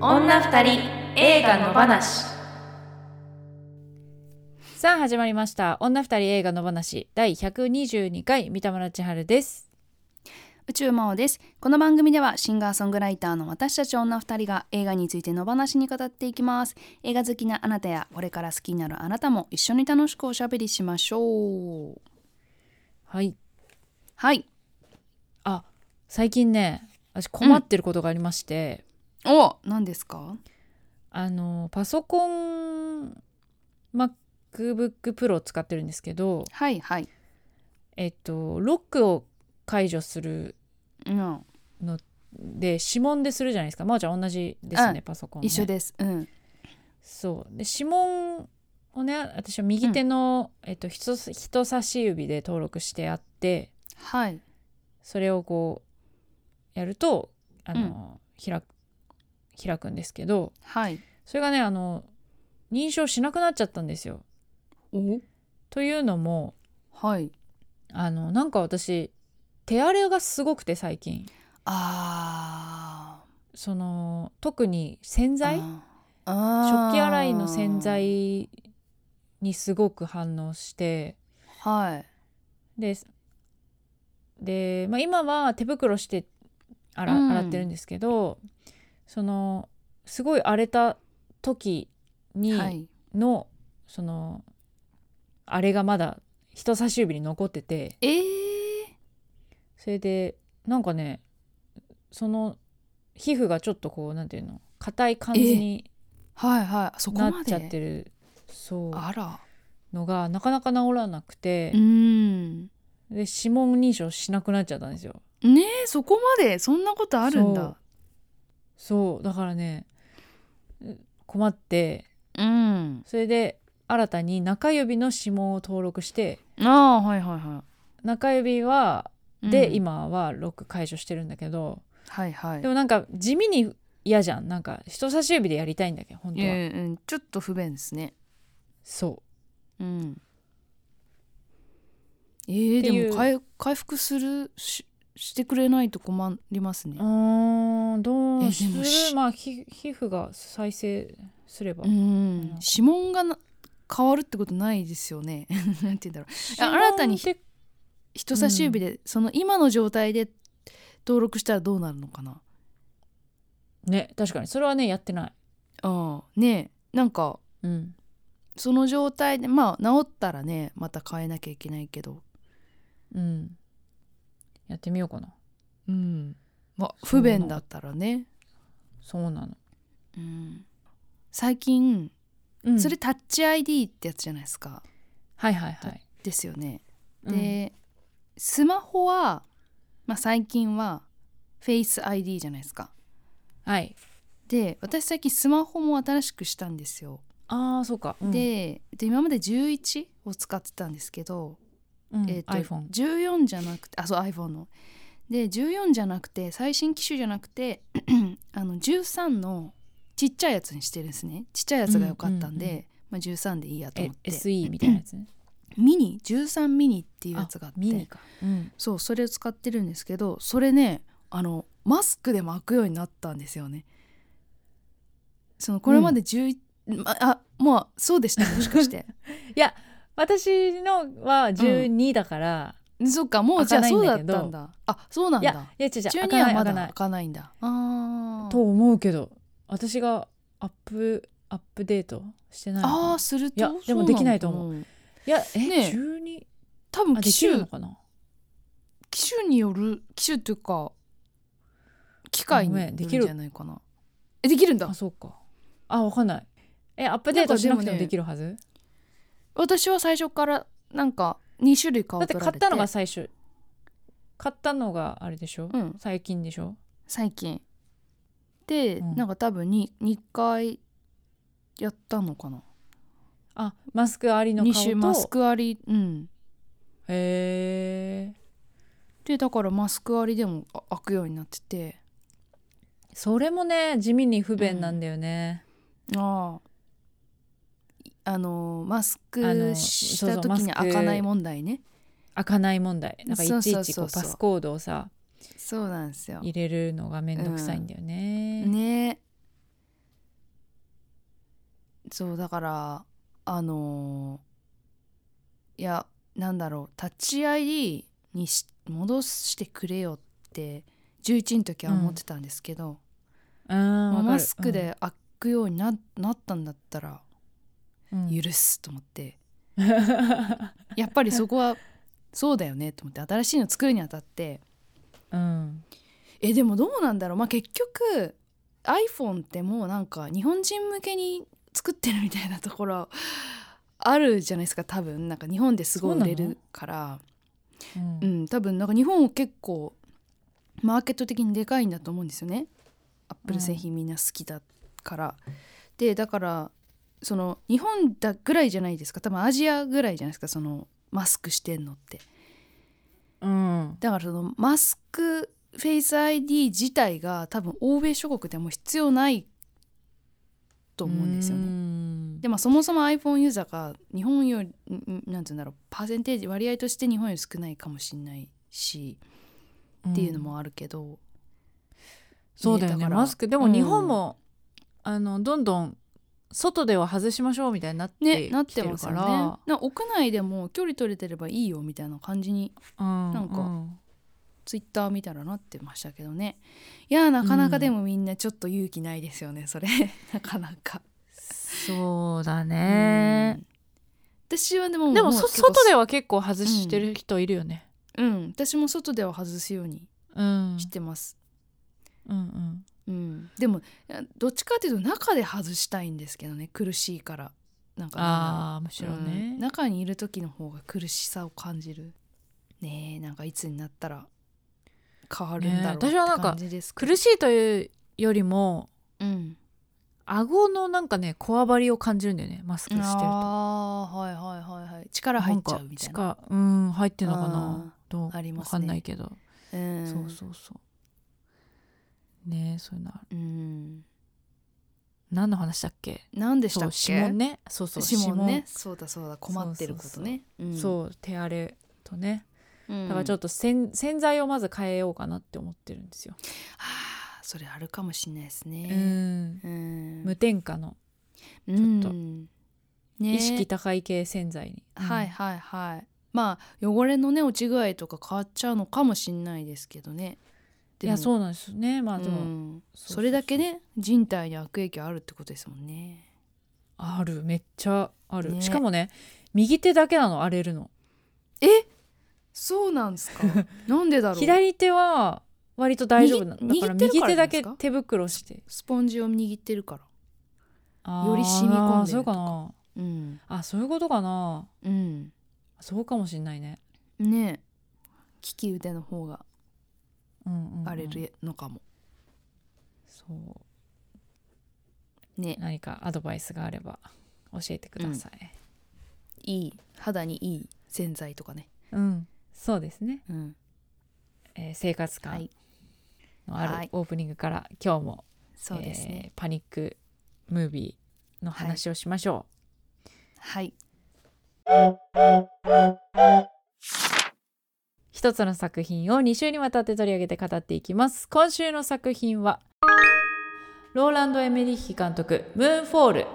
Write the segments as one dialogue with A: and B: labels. A: た二人映画の話
B: さあ始まりました女二人映画の話第122回三田村千春です
C: 宇宙魔王ですこの番組ではシンガーソングライターの私たち女2人が映画について野放しに語っていきます映画好きなあなたやこれから好きになるあなたも一緒に楽しくおしゃべりしましょう
B: はい
C: はい
B: あ最近ね私困ってることがありまして、
C: お何ですか
B: あのパソコン MacBookPro 使ってるんですけど
C: はいはい
B: えっとロックを解除する
C: うん
B: で指紋でするじゃないですかまおちゃん同じですね、
C: う
B: パソコン、ね、
C: 一緒ですうん
B: そうで指紋をね私は右手の、えっと、人さ人差し指で登録してあって
C: はい
B: それをこうやるとあの、開く開くんですけど
C: はい
B: それがねあの認証しなくなっちゃったんですよ。
C: お
B: というのも
C: はい
B: あのなんか私手荒れがすごくて最近
C: あ
B: その特に洗
C: ー
B: 剤
C: あー
B: 食器洗いの洗剤にすごく反応して
C: はい
B: でで、まあ、今は手袋して洗,、
C: うん
B: 洗ってるんですけどそのすごい荒れた時
C: は
B: に
C: い
B: の、そのあれがまだ人差し指に残ってて
C: えー、
B: それでなんかねその皮膚がちょっとこうなんていうの硬い感じに
C: はいはいそこ
B: なっ
C: まで
B: ちゃってるそう
C: あら
B: のがなかなか治らなくて
C: う、ん
B: で指紋認証しなくなっちゃったんですよ。
C: ねえそこまでそんなことあるんだ
B: そうだからねう困って
C: うん
B: それで新たに中指の指紋を登録して
C: ああはいはいは
B: 中指は
C: い
B: で、
C: うん
B: 今はロック解除してるんだけど
C: はいはい
B: でもなんか地味に嫌じゃんなんか人差し指でやりたいんだけど本当は、
C: ええうんちょっと不便ですね
B: そ
C: うんえー、
B: っていう
C: でも回回復するししてくれないと困ります
B: う
C: ね
B: うーんどう
C: え
B: す
C: でもし
B: るまあ皮皮膚が再生すれば、
C: うん指紋がな変わるってことないですよね なんて言うんだろう
B: 指紋
C: 新たに
B: って
C: 人差し指で、その今の状態で登録したらどうなるのかな
B: ね確かにそれはねやってない、
C: ああねえなんか
B: うん、
C: その状態でまあ治ったらねまた変えなきゃいけないけど
B: うん、やってみようかな
C: うんまあ
B: そう
C: 不
B: なの
C: 便だったらね、
B: そうなの、
C: うん、最近、
B: うん
C: それタッチ ID ってやつじゃないですか
B: はいはいはい
C: ですよね、
B: うん
C: でスマホは、まあ、最近はフェイス ID じゃないですか
B: はい
C: で私最近スマホも新しくしたんですよ、
B: ああそうか、うん、
C: でで今まで11を使ってたんですけど、
B: うん
C: えー、と
B: iPhone
C: 14じゃなくてあそう iPhone ので14じゃなくて最新機種じゃなくて あの13のちっちゃいやつにしてるんですねちっちゃいやつが良かったんで、
B: うんうん
C: まあ、13でいいやと
B: え
C: 思って、
B: SE みたいな やつね
C: ミニ13ミニっていうやつがあって
B: ミニか、うん、
C: そうそれを使ってるんですけどそれねあのマスクでも開くようになったんですよねそのこれまで11、まあもうそうでしたもし かして
B: 私のは12だから、
C: そっかもうじゃあ
B: 開か
C: そう
B: な
C: だ
B: い
C: っ
B: んだけど
C: たんだあそうなん
B: いや
C: だ
B: いや違う違う開
C: 中に
B: かな
C: はい
B: 開
C: まだ
B: かない
C: 開かないんだ。あ
B: と思うけど私がアップアップデートしてないのかな
C: あーすると
B: いやでも
C: そう
B: できないと思
C: のかな。
B: いやえ、
C: ねえ
B: 12
C: 多
B: あ
C: 分
B: で
C: 機
B: きるの
C: 種
B: かな
C: 機種による機種っていうか機械
B: ご
C: に
B: め
C: よ
B: ん
C: る
B: で
C: ん
B: きる
C: じゃないかな。えできるんだ
B: あ。そうかあわかんないえアップデートしなくて
C: なんかでも
B: も
C: ね
B: できるはず、
C: 私は最初からなんか二種類
B: だ
C: 買わ
B: って
C: 取ら
B: 買
C: れ。
B: ってたのが最初買ったのがあれでしょ、
C: うん
B: 最近でしょ
C: 最近。で、
B: うん
C: なんか多分に二回やったのかな。
B: あマスクありの
C: 二
B: 顔
C: 種マス
B: と
C: クありうん。
B: へえ
C: でだからマスクありでもあ開くようになってて。
B: それもね地味に不便なんだよね、
C: あああのーマス
B: あの
C: クし
B: そう
C: た
B: そう
C: 時に
B: マスク
C: 開かない問題ね
B: 開かない問題なんかい
C: そう
B: ち
C: そ
B: いうち
C: そ
B: こ
C: う
B: う
C: そう
B: パスコードをさ
C: そうなんですよ
B: 入れるのがめんどくさいんだよね、
C: ねそうだからあのーいやなんだろう立ち会いにし戻してくれよって11の時は思ってたんですけど、
B: うん
C: まあ
B: わかる
C: マスクで開くようにななったんだったら
B: うん
C: 許すと思って、やっぱりそこはそうだよねと思って新しいの作るにあたって
B: うん
C: えでもどうなんだろうまあ結局 iPhone ってもうなんか日本人向けに作ってるみたいなところあるじゃないですか多分なんか日本ですごい売れるから
B: うん
C: うん多分なんか日本を結構マーケット的にでかいんだと思うんですよねアップル製品みんな好きだから、でだからその日本だぐらいじゃないですか多分アジアぐらいじゃないですかそのマスクしてんのって
B: うん
C: だからそのマスクフェイス ID 自体が多分欧米諸国ではもう必要ないと思うんですよね。
B: ね
C: でもそもそも iPhone ユーザーが日本よりんんなんて言うんだろうパーセンテージ割合として日本より少ないかもしれないし
B: っ
C: っていうのもあるけど、
B: そうだよ
C: ね
B: ね
C: だから
B: マスクで
C: う
B: も
C: ん
B: 日本も、あのどんどん外では外しましょうみたいになって
C: ねなっ
B: きて
C: てま
B: る
C: す
B: か
C: よ
B: ら、
C: ねな屋内でも距離取れてればいいよみたいな感じに
B: うん、
C: なんか
B: うん
C: ツイッター見たらなってましたけどねいやーなかなかでもみんなちょっと勇気ないですよね、それ なかなか。
B: そうだね、
C: うん私はでも
B: でも
C: う
B: そ
C: 結構
B: 外では結構外してる人いるよね、
C: うん私も外では外すように
B: うん、
C: してます、
B: うんうん
C: うんでもいやどっちかっていうと中で外したいんですけどね苦しいからなんかなんだろう
B: ああむしろ
C: う
B: ね
C: ん、中にいる時の方が苦しさを感じるねえなんかいつになったら変わるんだろうって
B: ねえ私はなんか
C: 感じですけど、
B: 苦しいというよりも
C: うん、
B: 顎のなんかねこわばりを感じるんだよねマスクしてると。
C: ああはいはいはいはい力入っちゃうみたいな
B: なんか力うん入ってんのか
C: あ
B: などう
C: ありますね
B: わかんないけど、
C: うん
B: そうそうそうねえそういうのある
C: うん
B: 何の話だっけ
C: 何でした
B: そ
C: っ
B: う
C: け
B: 指紋ねそうそう
C: 指紋ねそうだそうだ困ってることね
B: 指紋
C: う
B: そう手荒れとねだ
C: だ
B: からちょっとせん洗剤をまず変えようかなって思ってるんですよ、
C: はあそれあるかもしれないです
B: う
C: ね。
B: ん
C: うん
B: 無添加の
C: うん
B: ちょっと
C: ね
B: 意識高い系洗剤に、うん
C: はいはいはい。まあ汚れのね落ち具合とか変わっちゃうのかもしれないですけどね。
B: いや
C: う
B: そうなんですよねまあ
C: ん
B: でも、ううう
C: それだけね人体に悪影響あるってことですもんね。
B: あるめっちゃある、
C: ね
B: しかもね右手だけなの荒れるの
C: そうなんですか。 なんでだろう。
B: 左手は割と大丈夫なだ
C: 右
B: から
C: 握ってる
B: 右
C: から
B: 手
C: じゃな
B: だ
C: いで
B: け
C: すか
B: 手袋して
C: スポンジを握ってるから。
B: よ
C: より染み込んでるとか
B: そうかな
C: うん
B: あそういうことかな
C: うん
B: そうかもしんないね、
C: ね利き腕の方が
B: うんうんうん
C: 荒れるのかも。
B: そう
C: ね
B: 何かアドバイスがあれば教えてください
C: いい肌にいい洗剤とかね。
B: うん、そうですね、
C: うん
B: えー生活
C: は
B: 感
C: い
B: のあ
C: は
B: る
C: い
B: オープニングから今日も、
C: そうですね。
B: えーパニックムービーの話をしましょう、
C: はい。
B: 一つの作品を2週にわたって取り上げて語っていきます今週の作品はローランド・エメリッヒ監督「ムーンフォール」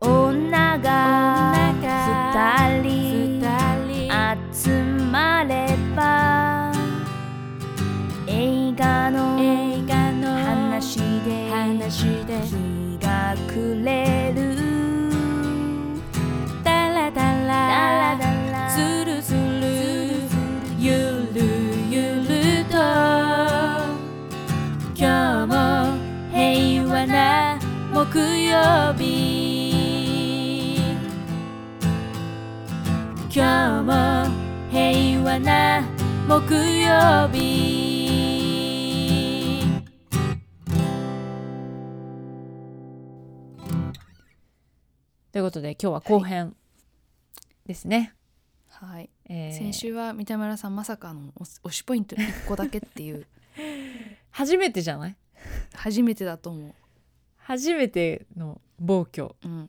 A: 女が二人集まれば映画の話で日が暮れるダラダラズルズルゆるゆると今日も平和な木曜日今日も平和な木曜日
B: ということで今日は後編ですね、
C: はい。
B: えー
C: 先週は三田村さんまさかの推推しポイント1個だけっていう
B: 初めてじゃない
C: 初めてだと思
B: 初めての暴挙
C: う、うん、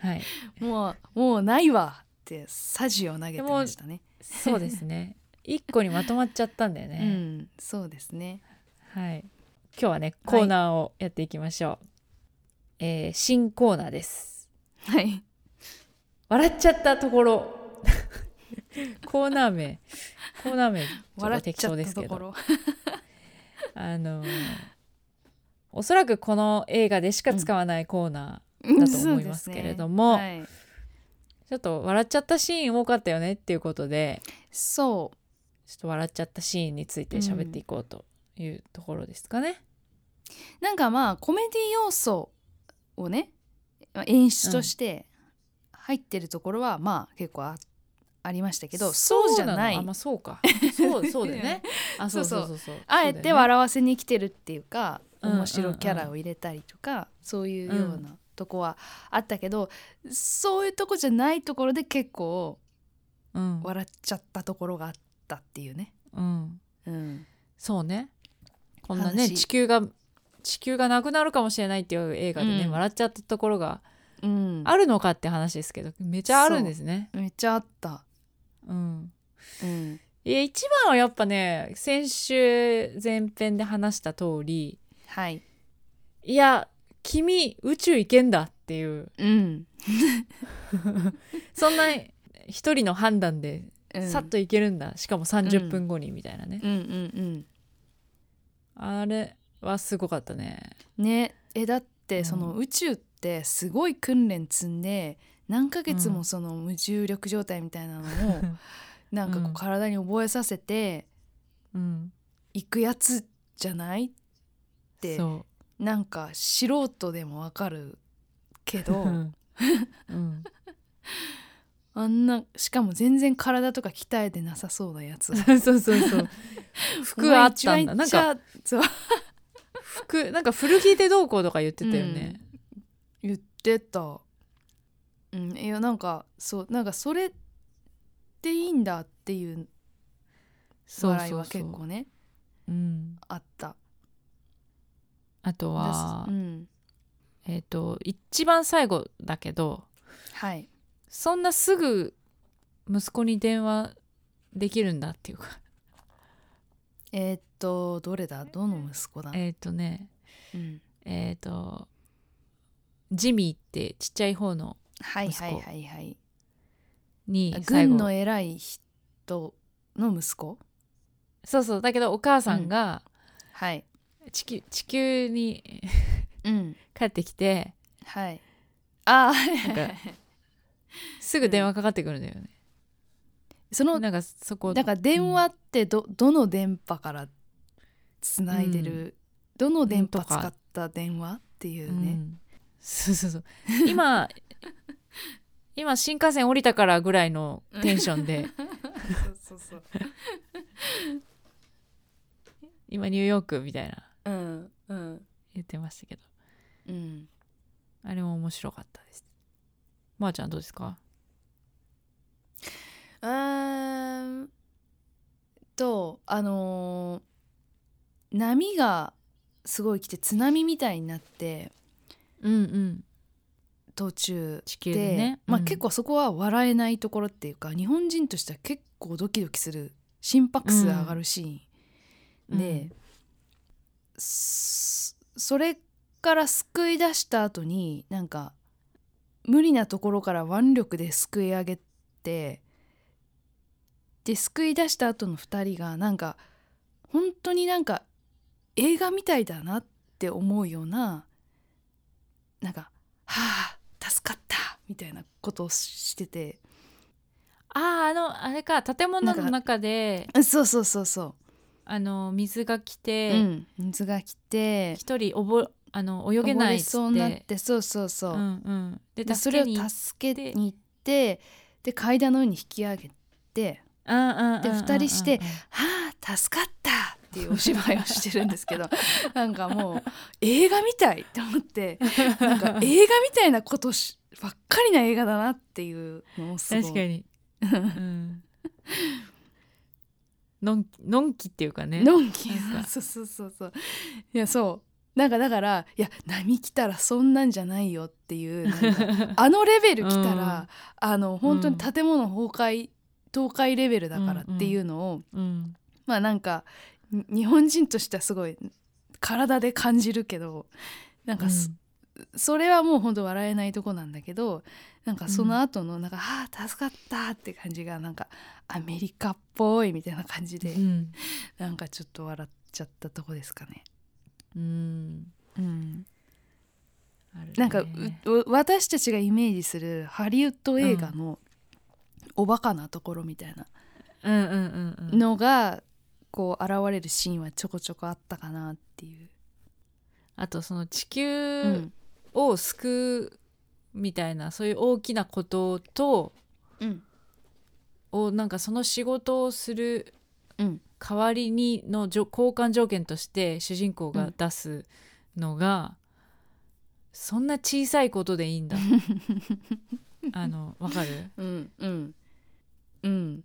B: はい
C: もうもうないわってサジを投げてましたね
B: そうです ね一個にまとまっちゃったんだよ
C: う
B: ね、
C: んそうですね
B: はい今日はねコーナーをやっていきましょう、えー新コーナーです
C: はい。
B: 笑っちゃったところコーナー名コーナー名ちょっ
C: 笑
B: と
C: っ
B: 適
C: ちゃ
B: 当
C: っ
B: で
C: た
B: す
C: と
B: け
C: こ
B: ど
C: ろ。
B: あのーおそらくこの映画でしか使わないコーナだと思いますけれども
C: そうですねはい
B: ーちょっと笑っちゃったシーン多かったよねっていうことで
C: そ
B: ちょっと笑っちゃったシーンについて喋っていこうというところですかね。
C: うなんかまあコメディ要素をねまあ演出として入ってるところはまあ結構あありましたけどそうじゃな
B: のあ
C: い
B: まあそう か。そうそうだよね。あそうそうそうそう。
C: あえて笑わせに来てるっていうか
B: うん
C: 面白キャラを入れたりとかそういうようなとこはあったけどそういうとこじゃないところで結構
B: そうだよね。
C: 笑っちゃったところがあったっていうね。
B: うんうん。
C: うん、
B: そうね。こんなね
C: 話
B: 地球が地球がなくなるかもしれないっていう映画でね、
C: うん
B: 笑っちゃったところが
C: うん、
B: あるのかって話ですけどめちゃあるんですね。
C: めっちゃあった。
B: うん。
C: うん
B: いや一番はやっぱね先週前編で話した通り
C: はい、
B: いや君宇宙行けんだっていう
C: うん
B: そんな一人の判断で
C: うん、
B: さっと行けるんだ、しかも30分後にみたいなね、
C: うんうん
B: あれはすごかったね
C: うんねえだっ
B: う
C: て
B: ん
C: その宇宙ってすごい訓練積んで何ヶ月
B: う
C: も
B: ん
C: その無重力状態みたいな のをなんかこ
B: う
C: うん体に覚えさせて
B: うん
C: いくやつじゃないって
B: そ
C: なんか素人でもわかるけ
B: う、
C: ど
B: ん うん、
C: あんなしかも全然体とか鍛えてなさそうなや つ
B: そうそうそう服はあったんだ
C: お前
B: なん
C: 一番
B: か
C: いっちゃそう
B: 服なんか古着でどうこうとか言ってたよね、
C: 言ってたうんいやなんかそうなんかそれっていいんだっていう
B: そうそう
C: 笑い
B: そう
C: は結構ね
B: うん、
C: あった
B: あとは、
C: うん
B: えっ、と一番最後だけど
C: はい
B: そんなすぐ息子に電話できるんだっていう か
C: えーっとどれだどの息子だ、
B: えっ、とね
C: うん、
B: えっ、とジミーってちっちゃい方の
C: はいはいはいはい
B: に最
C: 軍
B: 後
C: の偉い人の息子
B: そうそうだけどお母さんが
C: はい
B: 地球,、地球に
C: うん
B: 帰ってきて
C: はいあ
B: なんか
C: あ
B: すぐ電話かかってくるんだよね、
C: その
B: なんかそこ
C: だから電話ってど,、どの電波からつないでる、どの電波使った電話っていううんね、
B: そうそうそう 今今新幹線降りたからぐらいのテンション で
C: そうそうそう
B: 今ニューヨークみたいな
C: うんうん
B: 言ってましたけど
C: うん
B: あれも面白かったですまー、ちゃんどうですか
C: うーんとあのー波がすごい来て津波みたいになって
B: うんうん
C: 途中
B: 地球
C: で
B: でね
C: まあ、
B: うん
C: 結構そこは笑えないところっていうか日本人としては結構ドキドキする心拍数上がるシーン、で、そそれから救い出した後になんか無理なところから腕力ですくい上げてで救い出した後の2人がなんか本当になんか映画みたいだなって思うようななんか「はあ助かった」みたいなことをしてて
B: あああのあれか建物の中で
C: うんそうそうそうそ
B: あの水が来
C: う、
B: て
C: うん、水が来て
B: 一、人おぼあの泳げ
C: 溺
B: ない
C: れ
B: っつって
C: そうになってそうそうそう。
B: うんうん、で
C: でそ
B: 助
C: れ
B: け
C: を
B: に
C: 助けに行ってで階段の上に引き上げてで
B: で
C: 二 人して「はあ助かった!」っていうお芝居をしてるんですけど なんかもう映画みたいって思ってなんか映画みたいなことしばっかりな映画だなっていうのをすごい
B: 確かに、うん、 のんのんきっていうかね
C: のんき
B: なんか
C: そうそうそうそういやそうなんかだからいや波来たらそんなんじゃないよっていうなんかあのレベル来たら、あの本当に建物崩壊倒壊レベルだからっていうのを、
B: うん、
C: まあなんかに日本人としてはすごい体で感じるけどなんかす、それはもうほんと笑えないとこなんだけどなんかその後のなんか「ああ助かった」って感じがなんかアメリカっぽいみたいな感じで、
B: うん
C: なんかちょっと笑っちゃったとこですかね。
B: うん
C: うん、
B: あるね
C: なんか、う私たちがイメージするハリウッド映画のおバカなところみたいな
B: うんうんうんうん
C: のがこう現れるシーンはちょこちょこあったかなっていう。
B: あとその地
C: う
B: 球
C: ん
B: を救うみたいな、そういう大きなことと
C: うん
B: をなんかその仕事をする
C: うん
B: 代わりにのじょ交換条件として主人公が出すのが、そんな小さいことでいい んだあのわかる、
C: うんうん
B: う
C: うん
B: ん、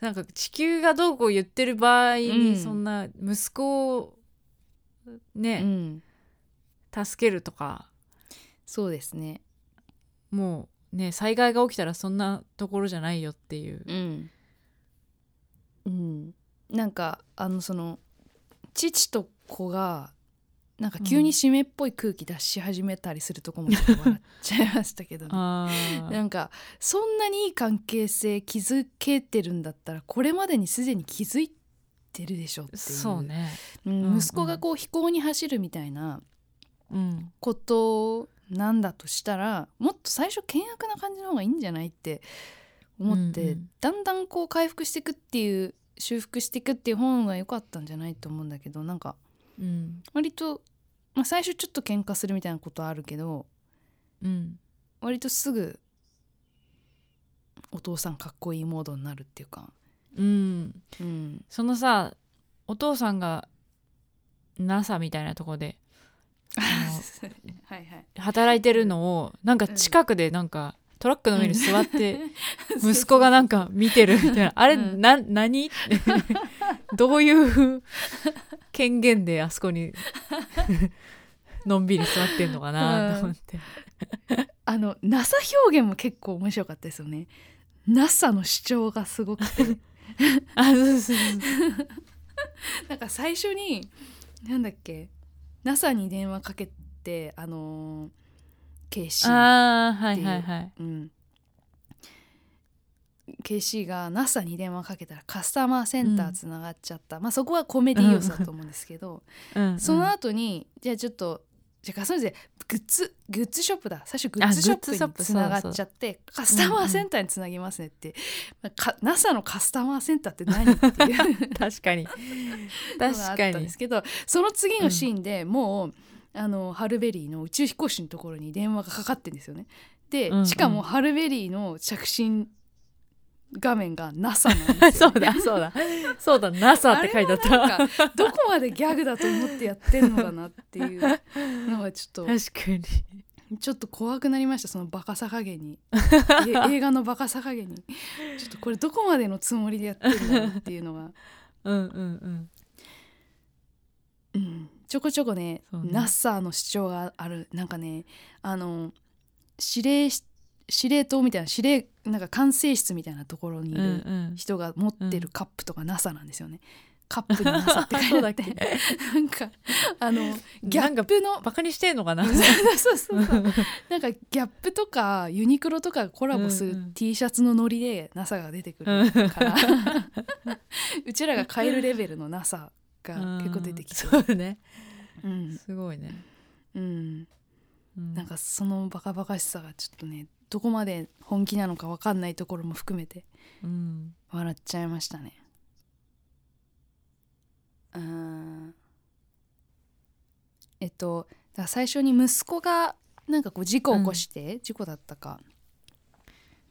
B: なんか地球がどうこう言ってる場合
C: う
B: に
C: ん
B: そんな息子を
C: う
B: ね、
C: ん
B: 助けるとか
C: そうですね。
B: もうね災害が起きたらそんなところじゃないよっていう。
C: うん、うん、なんかあのその父と子がなんか急に湿っぽい空気出し始めたりするとこもちょっと笑っちゃいましたけ どね、
B: あー
C: なんかそんなにいい関係性築けてるんだったらこれまでにすでに気づいてるでしょっていう
B: そう、ね、
C: うん
B: うん
C: 息子がこう飛行に走るみたいな
B: うん、
C: ことなんだとしたらもっと最初険悪な感じの方がいいんじゃないって思って、
B: うんうん
C: だんだんこう回復していくっていう修復していくっていう本が良かったんじゃないと思うんだけどなんか
B: うん
C: 割と、まあ、最初ちょっと喧嘩するみたいなことあるけど
B: うん
C: 割とすぐお父さんかっこいいモードになるっていうか。
B: うん、
C: うん、
B: そのさお父さんが NASA みたいなとこで あ
C: はいはい
B: 働いてるのをなんか近くでなんか、トラックの上に座って 息子がなんか見てるみたいなあれ、
C: うん
B: な何どういう権限であそこ にのんびり座ってんのかなと思って、
C: あの NASA 表現も結構面白かったですよね NASA の主張がすごくて
B: あそうそうそう
C: なんか最初になんだっけ NASA に電話かけてあのー、KC
B: あーはいはいはい
C: うん、KC が NASA に電話かけたらカスタマーセンターつながっちゃった、まあそこはコメディ要素だと思うんですけど、
B: うんうん
C: その後にじゃあちょっとじゃあカスタマーでグッズグッズショップだ最初グッズショップ
B: あグッズショッ
C: に
B: プ
C: つながっちゃってカスタマーセンターにつなぎますねって、まあか NASA のカスタマーセンターって何 っていう。
B: 確かに
C: のがあ
B: 確
C: っ
B: か
C: たん
B: に
C: ですけどその次のシーンでもう、あのハルベリーの宇宙飛行士のところに電話がかかってんですよね。で、
B: うんうん
C: しかもハルベリーの着信画面が NASA なん で す
B: そ
C: よ
B: う。だそうだそうだ NASA って書いてあっ
C: あれは
B: た
C: なんかどこまでギャグだと思ってやってんのかなっていうのがちょっ
B: 確かに
C: とちょっと怖くなりましたそのバカさ加 減にえ映画のバカさ加減にちょっとこれどこまでのつもりでやってるんだろうっていう のが、
B: うんうん
C: うん、ちょこちょこね
B: そうね
C: NASA の主張があるなんかねあの司令し司令塔みたいな司令なんか管制室みたいなところにい
B: うんうん
C: る
B: うん
C: 人が持ってるカップとか NASA なんですよね。カップに NASA って書
B: そう
C: いてあ
B: だっ
C: って
B: け
C: なんかあのギャ
B: なん
C: ッ
B: か
C: プの
B: バカにしてんのかな
C: そうそう そうなんかギャップとかユニクロとかがコラボす
B: う
C: る
B: んうん
C: T シャツのノリで NASA が出てく
B: うん
C: るからうちらが買えるレベルの NASA が結構出てきて
B: うんそう ね
C: うん
B: すごいね、
C: うん
B: うん
C: なんかそのバカバカしさがちょっとねどこまで本気なのか分かんないところも含めて
B: うん
C: 笑っちゃいましたねうーんえっとだから最初に息子がなんかこう事故を起こして、事故だったか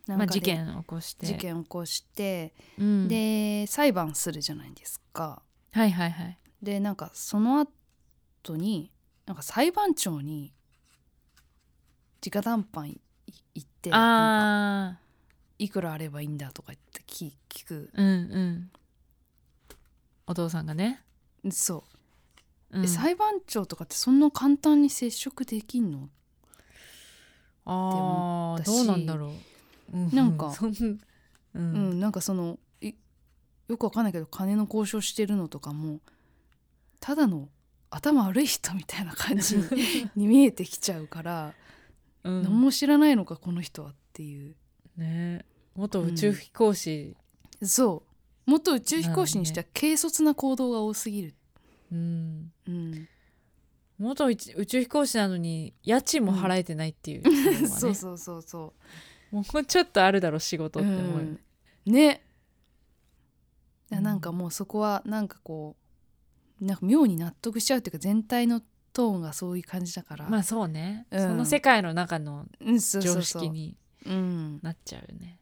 B: ま
C: な
B: あ
C: んかで
B: 事件起こして
C: 事件を起こして、
B: うん
C: で裁判するじゃないですか
B: はいはいはい
C: でなんかその後になんか裁判長に直談判い行ってなんか
B: あ
C: いくらあればいいんだとか言って聞聞く
B: あうんうんお父さんがね、
C: そうう、
B: ん
C: え裁判長とかってそんな簡単に接触できんの
B: あ
C: っ
B: あ
C: て
B: ど
C: 思
B: う
C: った
B: な
C: し
B: んだろう、う
C: なんか
B: そんう、
C: うんんなんかそのいよくわかんないけど金の交渉してるのとかもただの頭悪い人みたいな感 じにに見えてきちゃうから、
B: うん
C: 何も知ら ないのかこの人はっていう
B: ね元宇宙飛行士、
C: そう元宇宙飛行士にしては軽率な行動が多すぎる、
B: うん、
C: うん、
B: 元宇宙宇宙飛行士なのに家賃も払えてないっていう、
C: そ
B: そうう
C: そうそうそ
B: もうちょっとあるだろ仕事
C: う、
B: って思うよね、
C: うんねいや
B: うん
C: なんかもうそこはなんかこうなんか妙に納得しちゃうっていうか全体のトーンがそういう感じだから、
B: まあそうね、
C: うん
B: その世界の中の
C: うん、そうそ
B: 常
C: うそう
B: 識に
C: うん、
B: なっちゃうよね。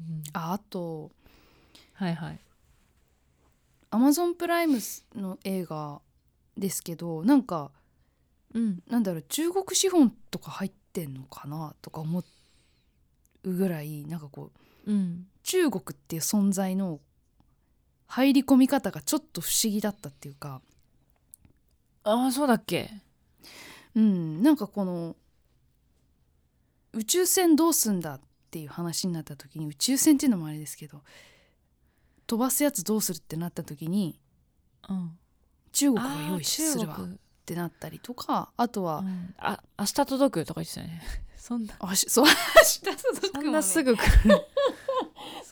B: うん
C: ああと
B: はいはい。
C: アマゾンプライムの映画ですけどなんか
B: うん。
C: なんだろう中国資本とか入ってんのかなとか思うぐらいなんかこう
B: うん。
C: 中国っていう存在の入り込み方がちょっと不思議だったっていうか、
B: ああそうだっけ。
C: うん、なんかこの宇宙船どうすんだっていう話になった時に宇宙船っていうのもあれですけど飛ばすやつどうするってなった時に
B: うん。
C: 中国が
B: あ
C: 用
B: あ
C: 意す
B: 中
C: るわっ
B: 国。
C: てなったりとかあとは、
B: うんあ明日届くとか言ってたよね。 そんな
C: あしそう明日届
B: そ
C: く
B: ん
C: も
B: な
C: ね
B: すぐ来る。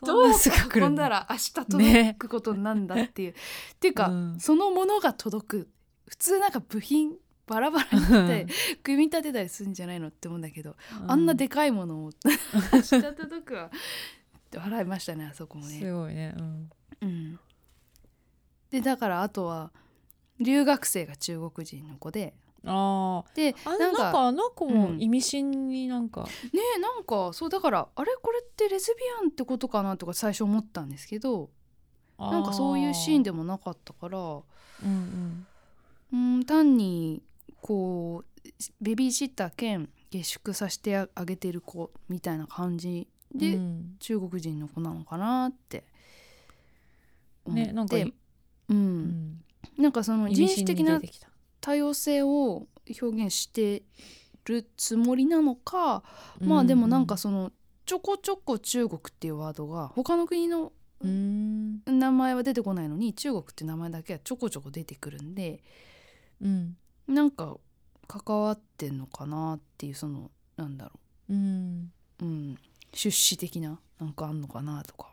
C: ど
B: そんな
C: うやって
B: すぐ来る
C: 運ん
B: ん
C: だ
B: だ。
C: ら明日届くことになんだっていう、っていうか、
B: うん
C: そのものが届く普通なんか部品バラバラにして組み立てたりするんじゃないのって思うんだけど、あんなでかいものを 明日届くわって笑いましたねあそこ
B: うん
C: もね。
B: すごいね。うん。
C: うん、でだからあとは留学生が中国人の子で
B: ああ。
C: で
B: あ
C: な
B: なんん
C: か
B: かあの子も
C: うん
B: 意味深になんか。
C: ねえなんかそうだからあれこれってレズビアンってことかなとか最初思ったんですけどなんかそういうシーン
B: で。
C: でもなかったから。
B: うんうん。
C: うん単にこうベビーシッター兼下宿させてあげてる子みたいな感じで、
B: うん
C: 中国人の子なのかなって思っ
B: ね
C: て
B: なんかい
C: うん
B: うん
C: なんかその
B: 意
C: 人
B: 味深
C: 種的
B: に
C: な
B: 出てきた
C: 多様性を表現してるつもりなのか、まあでもなんかそのちょこちょこ中国っていうワードが他の国の
B: うんうん
C: 名前は出てこないのに中国って名前だけはちょこちょこ出てくるんで、
B: うん
C: なんか関わってんのかなっていうそのなんだろ
B: うん
C: う、うん、出資的ななんかあんのかなとか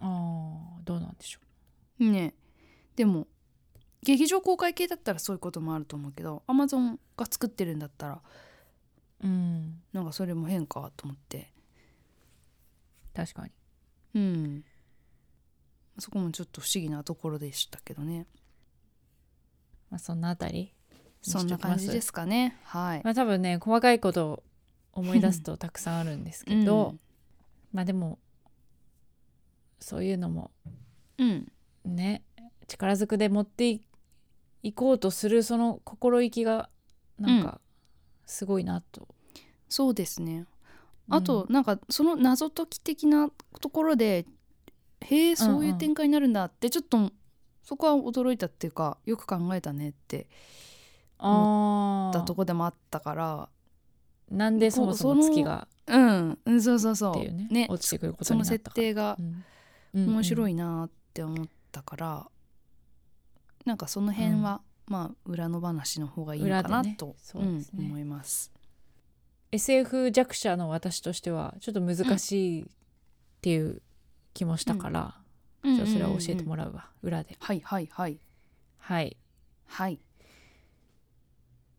B: ああどうなんでしょ
C: ねでも劇場公開系だったらそういうこともあると思うけどアマゾンが作ってるんだったら
B: ううん
C: なんかそれも変かと思って
B: 確かに
C: うんそこもちょっと不思議なところでしたけどね
B: まあそんなあたり
C: そんな感じですすかねはい、
B: まあ多分ね細かいことを思い出すとたくさんあるんですけど、まあでもそういうのも
C: うん、うん
B: ね力ずくで持っていいこうとするその心意気がなんかすごいなと、
C: そうですね
B: うん
C: あと、なんかその謎解き的なところでへえそういう展開になるんだってちょっとそこは驚いたっていうかよく考えたねって
B: あ
C: だ
B: あ
C: とこでもあったから
B: なんでそもそも月が
C: うん、うん、そうそうそ
B: っ
C: う
B: ていうね落ちてくること
C: そ
B: にな
C: の
B: った
C: 設
B: から
C: 定が
B: うん
C: 面白
B: い、
C: いなって思ったから、なんかその辺は、まあ裏の話の方がいいのか
B: 裏
C: な
B: でね
C: と、
B: そうですね
C: ん思います。
B: SF 弱者の私としてはちょっと難しいっていう気もしたから、じゃあそれは教えても
C: らう
B: らうわ、裏で
C: はいはいはい
B: はい
C: はい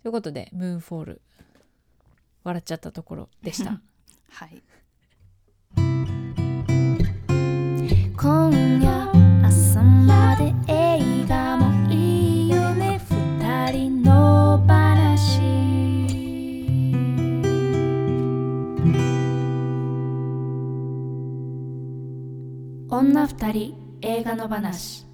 B: ということでムーンフォール笑っちゃったところで した
C: はい。
A: 今夜朝まで映画もいいよね二人の話女二人映画の話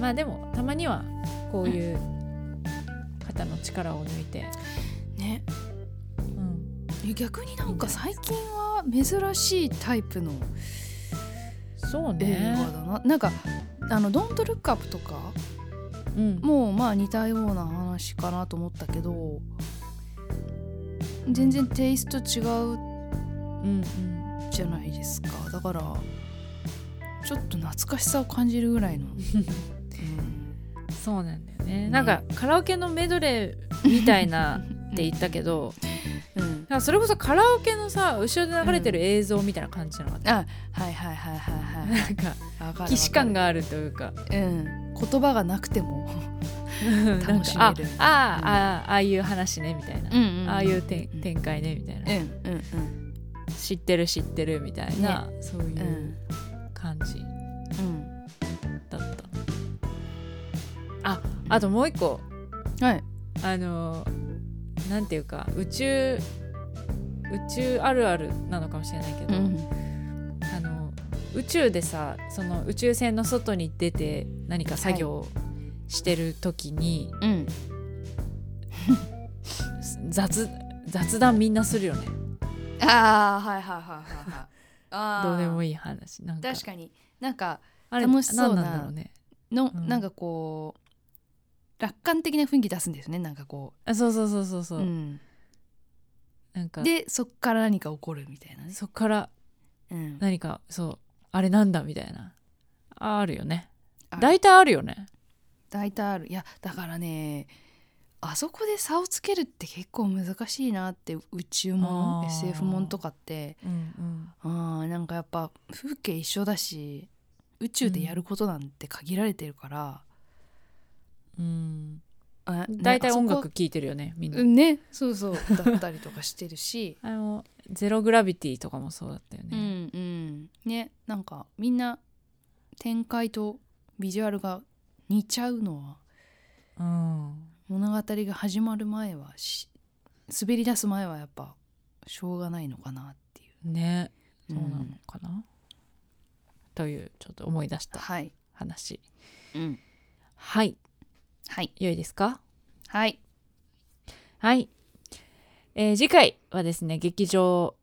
B: まあでもたまにはこういう肩の力を抜いて、
C: ね
B: うん、
C: え逆になんか最近は珍しいタイプの
B: そう
C: 映画
B: ね、
C: だな、なんかあの「ドントルックアップ」とか
B: ううん
C: もうまあ似たような話かなと思ったけど全然テイスト違う
B: うん
C: じゃないですかだからちょっと懐かしさを感じるぐらいの、うん
B: うんそうなんだよねなんかカラオケのメドレーみたいなって言ったけど
C: うん、
B: なんかそれこそカラオケのさ後ろで流れてる映像みたいな感じじゃなかった、
C: あはいはいはいはいはい
B: なんか
C: わかる
B: 既視感、があるというか
C: わかるうん、言葉がなくても
B: なんか
C: 楽しめる
B: あああああいう話ねみたいな、ああいうてん展開ねみたい
C: うん
B: な、
C: うん
B: 知ってる知ってるみたいな、そうい
C: うんう
B: うん感じ
C: うん
B: だった、ああともう一個
C: はい
B: あのなんていうか宇宙宇宙あるあるなのかもしれないけ
C: う
B: ど、
C: ん
B: あの宇宙でさその宇宙船の外に出て何か作業をしてる時に、
C: うん
B: 雑雑談みんなするよね
C: ああはいはいはいはいはいあ
B: どうでも
C: いい
B: いい話なんか
C: 確かになんか
B: あれ
C: 楽しそう
B: 何
C: な
B: なんだろうね
C: の、
B: うん
C: なんかこう楽観的な雰囲気出すんですねなんかこ、
B: あそうそうそうそうそうう、
C: うん
B: なんか
C: でそっから何か起こるみたいなね、
B: そっから
C: うん、
B: 何かそうあれなんだみたいなああるよね
C: ある
B: 大体あるよね
C: 大体あるいやだからねあそこで差をつけるって結構難しいなって宇宙も
B: あ
C: ん
B: ー
C: SF もんとかって
B: うんうん
C: あーなんかやっぱ風景一緒だし宇宙でやることなんて限られてるから、
B: うん
C: あね
B: 大体音
C: あそ
B: 楽
C: こ
B: 聴いてるよねみんな、
C: うんねそうそうだったりとかしてるし
B: あのゼログラビティとかも そうだったよ
C: う
B: ね、
C: んうんねなんかみんな展開とビジュアルが似ちゃうのは
B: うん、
C: 物語が始まる前はし滑り出す前はやっぱしょうがないのかなっていう
B: ね
C: う
B: そ
C: ん
B: うなのかな、というちょっと思い出した
C: はい、
B: 話
C: うん、
B: はい
C: はい
B: 良いですか
C: はい
B: はい、えー次回はですね劇場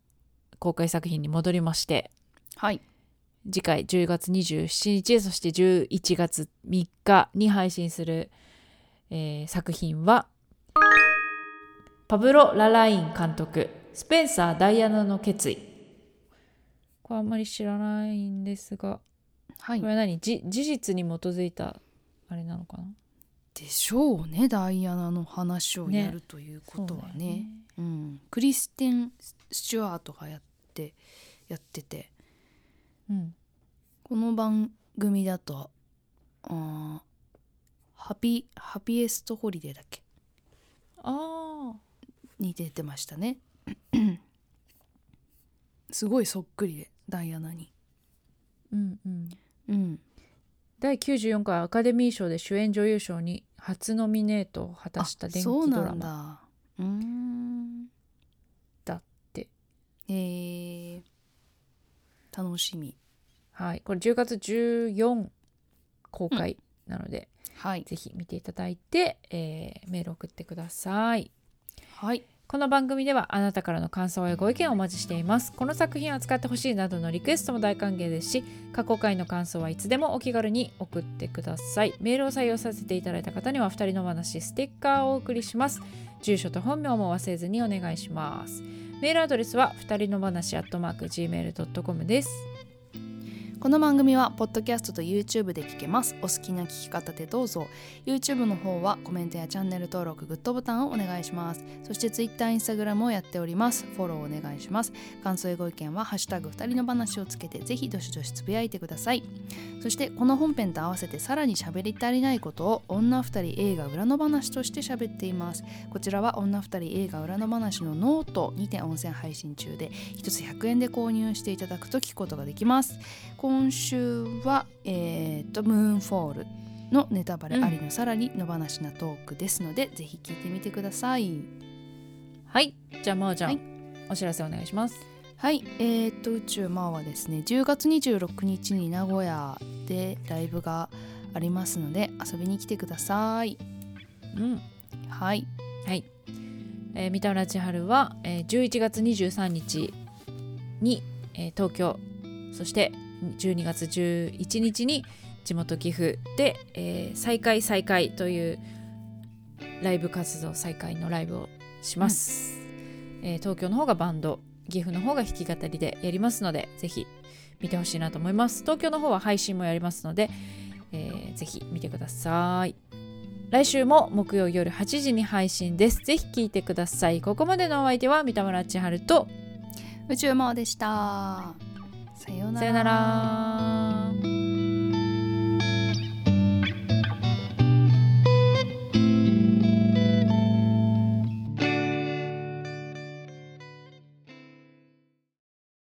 B: 公開作品に戻りまして
C: はい
B: 次回10月27日そして11月3日に配信する、えー作品はパブロ・ラライン監督スペンサー・ダイアナの決意これあんまり知らないんですが
C: はい
B: これは何じ事実に基づいたあれなのかな
C: でしょうねダイアナの話を
B: ね
C: やるということは
B: そうだ
C: ね
B: よね
C: うん、クリステン・スチュワートがやってやってて
B: うん
C: この番組だとあーハピハピエストホリデーだっけ
B: ああ
C: に出てましたね すごいそっくりでダイアナに
B: うんうん
C: うん
B: 第94回アカデミー賞で主演女優賞に初ノミネートを果たした電気
C: そう
B: ド
C: な
B: ラ
C: ん
B: マ
C: だうーん
B: だって
C: へえ楽しみ
B: はい、これ10月14公開なので、
C: はい
B: ぜひ見ていただいて、えーメール送ってください。
C: はい
B: この番組ではあなたからの感想やご意見をお待ちしています。この作品を扱ってほしいなどのリクエストも大歓迎ですし、過去回の感想はいつでもお気軽に送ってください。メールを採用させていただいた方には二人のお話ステッカーをお送りします。住所と本名も忘れずにお願いします。メールアドレスは二人の話 gmail.com です。
C: この番組はポッドキャストと YouTube で聞けますお好きな聞き方でどうぞ YouTube の方はコメントやチャンネル登録グッドボタンをお願いしますそして Twitter、Instagram をやっておりますフォローお願いします感想やご意見は「ハッシュタグ二人の話」をつけてぜひどしどしつぶやいてくださいそしてこの本編と合わせてさらに喋り足りないことを女二人映画裏の話として喋っていますこちらは女二人映画裏の話のノートにて温泉配信中で一つ100円で購入していただくと聞くことができます今週は、えー、とムーンフォールのネタバレありのさらに野放しなトークですので、ぜひ聞いてみてください
B: はい、じゃあまおちゃん、
C: はい
B: お知らせお願いします。
C: はいえー、っと宇宙マーはですね10月26日に名古屋でライブがありますので遊びに来てください
B: うん、
C: はい
B: えー三田村千春は、えー、11月23日に、えー東京そして12月11日に地元岐阜で、えー再開再開というライブ活動再開のライブをします、えー東京の方がバンド岐阜の方が弾き語りでやりますのでぜひ見てほしいなと思います東京の方は配信もやりますので、えーぜひ見てください来週も木曜夜8時に配信ですぜひ聞いてくださいここまでのお相手は三田村千春と
C: 宇宙魔王でしたさような
B: さ
C: ら
B: よなら